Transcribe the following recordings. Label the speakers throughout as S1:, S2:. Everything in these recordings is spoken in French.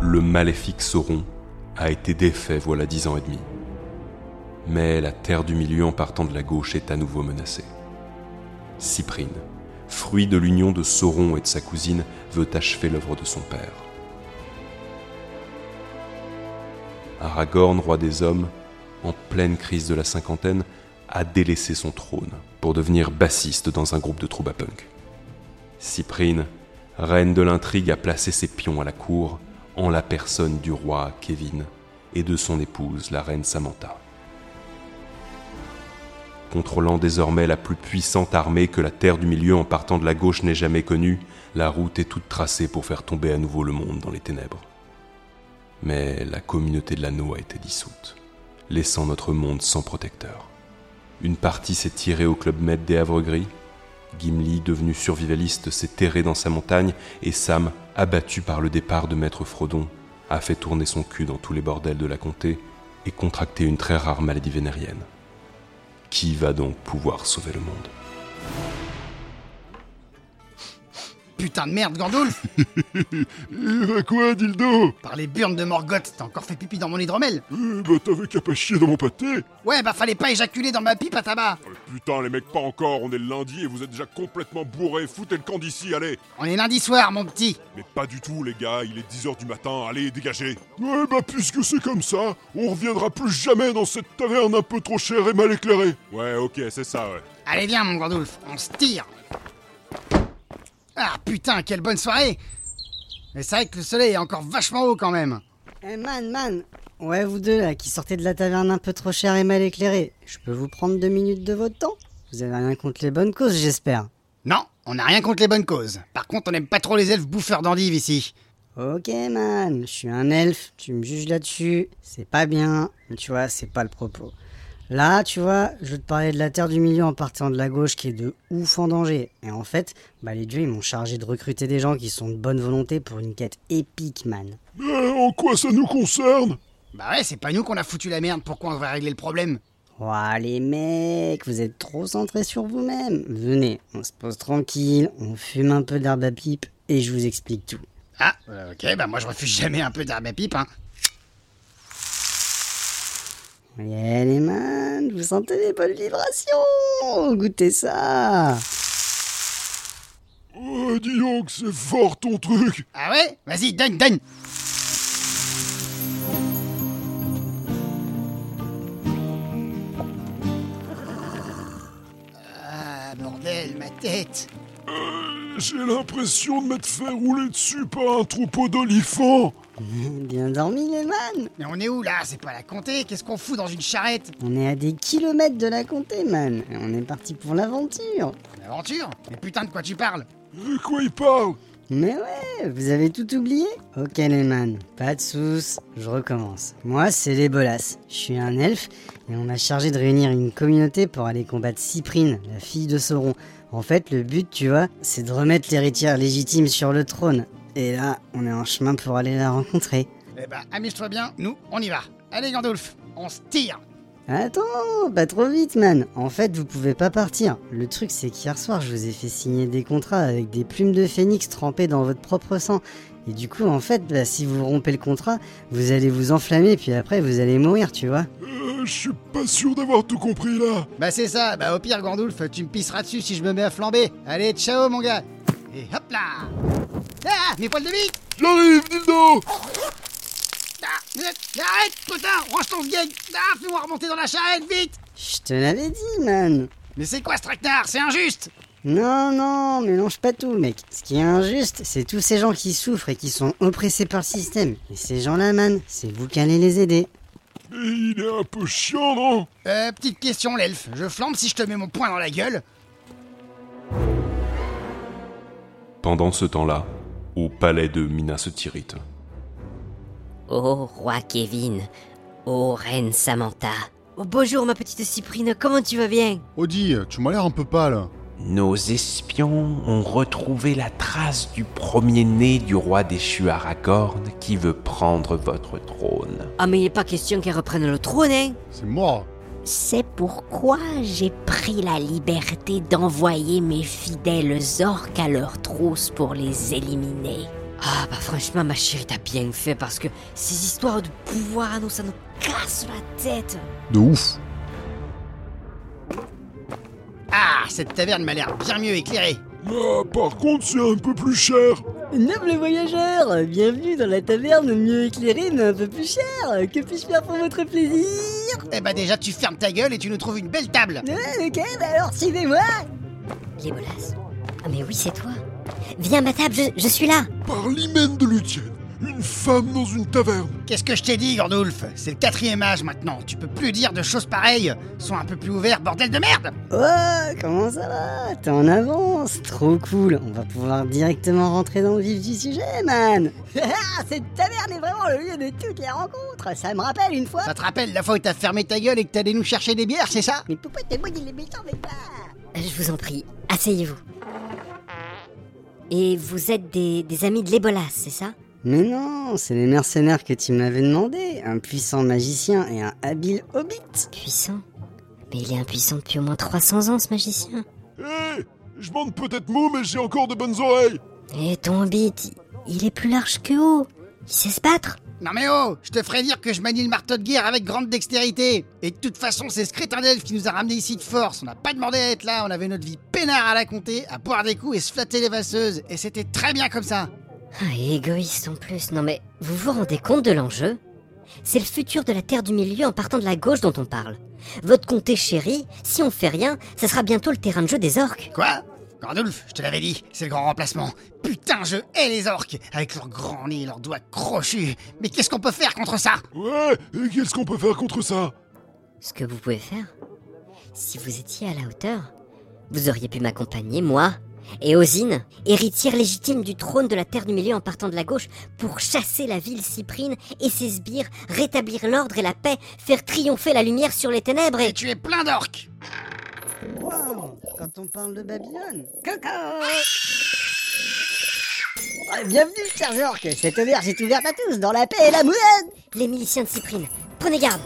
S1: le maléfique Sauron a été défait voilà dix ans et demi. Mais la terre du milieu en partant de la gauche est à nouveau menacée. Cyprine, fruit de l'union de Sauron et de sa cousine, veut achever l'œuvre de son père. Aragorn, roi des hommes, en pleine crise de la cinquantaine, a délaissé son trône pour devenir bassiste dans un groupe de troupe à punk. Cyprine, reine de l'intrigue, a placé ses pions à la cour en la personne du roi Kevin et de son épouse, la reine Samantha. Contrôlant désormais la plus puissante armée que la terre du milieu en partant de la gauche n'ait jamais connue, la route est toute tracée pour faire tomber à nouveau le monde dans les ténèbres. Mais la communauté de l'anneau a été dissoute, laissant notre monde sans protecteur. Une partie s'est tirée au club Med des Havres Gris. Gimli, devenu survivaliste, s'est terré dans sa montagne et Sam, abattu par le départ de Maître Frodon, a fait tourner son cul dans tous les bordels de la comté et contracté une très rare maladie vénérienne. Qui va donc pouvoir sauver le monde
S2: Putain de merde, Gandalf
S3: Eh bah quoi, dildo
S2: Par les burnes de Morgoth, t'as encore fait pipi dans mon hydromel
S3: Eh bah t'avais qu'à pas chier dans mon pâté
S2: Ouais, bah fallait pas éjaculer dans ma pipe à tabac
S3: Oh, Putain, les mecs, pas encore, on est le lundi et vous êtes déjà complètement bourrés, foutez le camp d'ici, allez
S2: On est lundi soir, mon petit
S3: Mais pas du tout, les gars, il est 10h du matin, allez, dégagez Ouais, bah puisque c'est comme ça, on reviendra plus jamais dans cette taverne un peu trop chère et mal éclairée Ouais, ok, c'est ça, ouais.
S2: Allez, viens, mon Gandalf, on se tire Ah putain, quelle bonne soirée Mais c'est vrai que le soleil est encore vachement haut quand même
S4: Eh man, man Ouais, vous deux là, qui sortez de la taverne un peu trop chère et mal éclairée, je peux vous prendre deux minutes de votre temps Vous avez rien contre les bonnes causes, j'espère.
S2: Non, on n'a rien contre les bonnes causes. Par contre, on n'aime pas trop les elfes bouffeurs d'endives ici.
S4: Ok, man, je suis un elfe, tu me juges là-dessus, c'est pas bien, mais tu vois, c'est pas le propos. Là, tu vois, je veux te parlais de la terre du milieu en partant de la gauche qui est de ouf en danger. Et en fait, bah les dieux ils m'ont chargé de recruter des gens qui sont de bonne volonté pour une quête épique, man.
S3: Mais en quoi ça nous concerne
S2: Bah ouais, c'est pas nous qu'on a foutu la merde, pourquoi on devrait régler le problème
S4: Ouah les mecs, vous êtes trop centrés sur vous-même. Venez, on se pose tranquille, on fume un peu d'herbe à pipe et je vous explique tout.
S2: Ah, euh, ok, bah moi je refuse jamais un peu d'herbe à pipe, hein.
S4: Yeah les man, vous sentez les bonnes vibrations Goûtez ça
S3: Oh, dis donc, c'est fort ton truc
S2: Ah ouais Vas-y, donne, donne Ah, bordel, ma tête
S3: J'ai l'impression de m'être fait rouler dessus par un troupeau d'olifants
S4: Bien dormi les man
S2: Mais on est où là C'est pas la comté Qu'est-ce qu'on fout dans une charrette
S4: On est à des kilomètres de la comté man, et on est parti pour l'aventure
S2: Une aventure Mais putain de quoi tu parles
S3: De quoi il parle
S4: Mais ouais, vous avez tout oublié Ok les man, pas de soucis, je recommence. Moi c'est les Bolas, je suis un elfe et on m'a chargé de réunir une communauté pour aller combattre Cyprine, la fille de Sauron. En fait le but tu vois, c'est de remettre l'héritière légitime sur le trône. Et là, on est en chemin pour aller la rencontrer.
S2: Eh bah, amuse-toi bien, nous, on y va. Allez, Gandalf, on se tire
S4: Attends, pas trop vite, man. En fait, vous pouvez pas partir. Le truc, c'est qu'hier soir, je vous ai fait signer des contrats avec des plumes de phénix trempées dans votre propre sang. Et du coup, en fait, bah, si vous rompez le contrat, vous allez vous enflammer, puis après, vous allez mourir, tu vois.
S3: Euh, Je suis pas sûr d'avoir tout compris là
S2: Bah c'est ça, bah au pire Gandalf, tu me pisseras dessus si je me mets à flamber. Allez, ciao mon gars Et hop là Ah Mes poils de bite
S3: J'arrive, Dildo
S2: ah, euh, Arrête, putain Range ton gag Ah, fais-moi remonter dans la charrette, vite
S4: Je te l'avais dit, man.
S2: Mais c'est quoi ce tractard C'est injuste
S4: Non, non, mélange pas tout, mec. Ce qui est injuste, c'est tous ces gens qui souffrent et qui sont oppressés par le système. Et ces gens-là, man, c'est vous qui allez les aider.
S3: Mais il est un peu chiant, non
S2: Euh, petite question, l'elfe. Je flambe si je te mets mon poing dans la gueule.
S1: Pendant ce temps-là, au palais de Minas Tirith,
S5: Ô roi Kevin, ô reine Samantha. Oh, bonjour ma petite Cyprine, comment tu vas bien
S6: Audi, tu m'as l'air un peu pâle.
S7: Nos espions ont retrouvé la trace du premier-né du roi déchu Aragorn qui veut prendre votre trône.
S5: Ah mais il n'est pas question qu'elle reprenne le trône, hein
S6: C'est mort.
S5: C'est pourquoi j'ai pris la liberté d'envoyer mes fidèles orques à leur trousse pour les éliminer. Ah bah franchement ma chérie t'as bien fait parce que ces histoires de pouvoir à nous ça nous casse la tête
S6: De ouf.
S2: Ah, cette taverne m'a l'air bien mieux éclairée.
S3: Ah, par contre, c'est un peu plus cher.
S4: Noble voyageur, bienvenue dans la taverne mieux éclairée mais un peu plus chère. Que puis-je faire pour votre plaisir
S2: Eh bah déjà tu fermes ta gueule et tu nous trouves une belle table.
S4: Ouais, ok, bah alors suivez-moi
S8: Les bolas. Ah mais oui, c'est toi. Viens à ma table, je, je suis là.
S3: Par l'hymen de l'Utienne, une femme dans une taverne.
S2: Qu'est-ce que je t'ai dit, Gandolf C'est le quatrième âge maintenant. Tu peux plus dire de choses pareilles. Sois un peu plus ouvert, bordel de merde
S4: Oh, comment ça va T'es en avance Trop cool On va pouvoir directement rentrer dans le vif du sujet, man Ah, Cette taverne est vraiment le lieu de toutes les rencontres Ça me rappelle une fois...
S2: Ça te rappelle la fois où t'as fermé ta gueule et que t'allais nous chercher des bières, c'est ça
S4: Mais pourquoi t'es moi il est méchant avec pas
S8: Je vous en prie, asseyez-vous. Et vous êtes des, des amis de l'Ebola, c'est ça
S4: Mais non, c'est les mercenaires que tu m'avais demandé Un puissant magicien et un habile hobbit
S8: Puissant Mais il est impuissant depuis au moins 300 ans, ce magicien.
S3: Hé Eh, Je bande peut-être mou, mais j'ai encore de bonnes oreilles.
S8: Et ton bite, il il est plus large que haut. Il sait se battre
S2: Non mais oh Je te ferai dire que je manie le marteau de guerre avec grande dextérité Et de toute façon, c'est ce crétin d'elfe qui nous a ramenés ici de force. On n'a pas demandé à être là, on avait notre vie peinard à la compter, à boire des coups et se flatter les vasseuses. Et c'était très bien comme ça
S8: Ah, et égoïste en plus. Non mais, vous vous rendez compte de l'enjeu C'est le futur de la Terre du Milieu en partant de la gauche dont on parle. Votre comté chéri, si on fait rien, ça sera bientôt le terrain de jeu des orques.
S2: Quoi Gandolf, je te l'avais dit, c'est le grand remplacement. Putain, je hais les orques, avec leurs grands nez et leurs doigts crochus. Mais qu'est-ce qu'on peut faire contre ça
S3: Ouais, et qu'est-ce qu'on peut faire contre ça
S8: Ce que vous pouvez faire, si vous étiez à la hauteur, vous auriez pu m'accompagner, moi, et Ozine, héritière légitime du trône de la Terre du Milieu en partant de la gauche, pour chasser la ville cyprine et ses sbires, rétablir l'ordre et la paix, faire triompher la lumière sur les ténèbres
S2: Et
S8: et...
S2: tu es plein d'orques
S4: Wow Quand on parle de Babylone Coco Oh, Bienvenue, chers orques Cette auberge est ouverte à tous, dans la paix et la moulade
S8: Les miliciens de Cyprine, prenez garde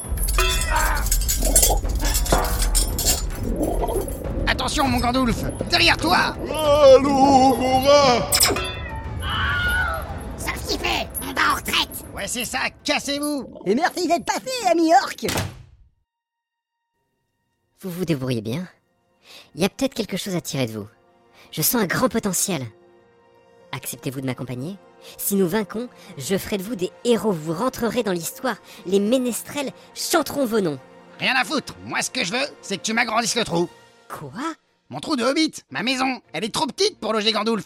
S2: Attention, mon Gandolf Derrière toi
S3: Allô, mon rat
S8: Ça s'y fait On va en retraite
S2: Ouais, c'est ça, cassez-vous
S4: Et merci d'être passé, ami orque
S8: Vous vous débrouillez bien Il y a peut-être quelque chose à tirer de vous. Je sens un grand potentiel. Acceptez-vous de m'accompagner Si nous vainquons, je ferai de vous des héros. Vous rentrerez dans l'histoire. Les ménestrels chanteront vos noms.
S2: Rien à foutre Moi, ce que je veux, c'est que tu m'agrandisses le trou
S8: Quoi
S2: Mon trou de hobbit Ma maison Elle est trop petite pour loger Gandolf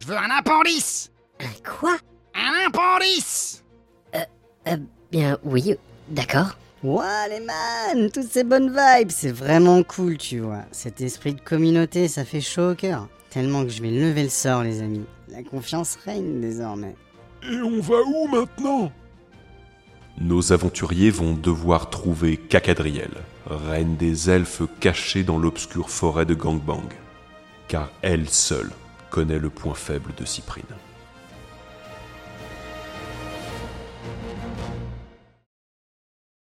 S2: Je veux un impendice
S8: Un quoi
S2: Un impendice
S8: Euh, bien oui, d'accord.
S4: Ouah les man, toutes ces bonnes vibes, c'est vraiment cool, tu vois. Cet esprit de communauté, ça fait chaud au cœur. Tellement que je vais lever le sort, les amis. La confiance règne désormais.
S3: Et on va où maintenant
S1: Nos aventuriers vont devoir trouver Cacadriel, reine des elfes cachée dans l'obscure forêt de Gangbang, car elle seule connaît le point faible de Cyprine.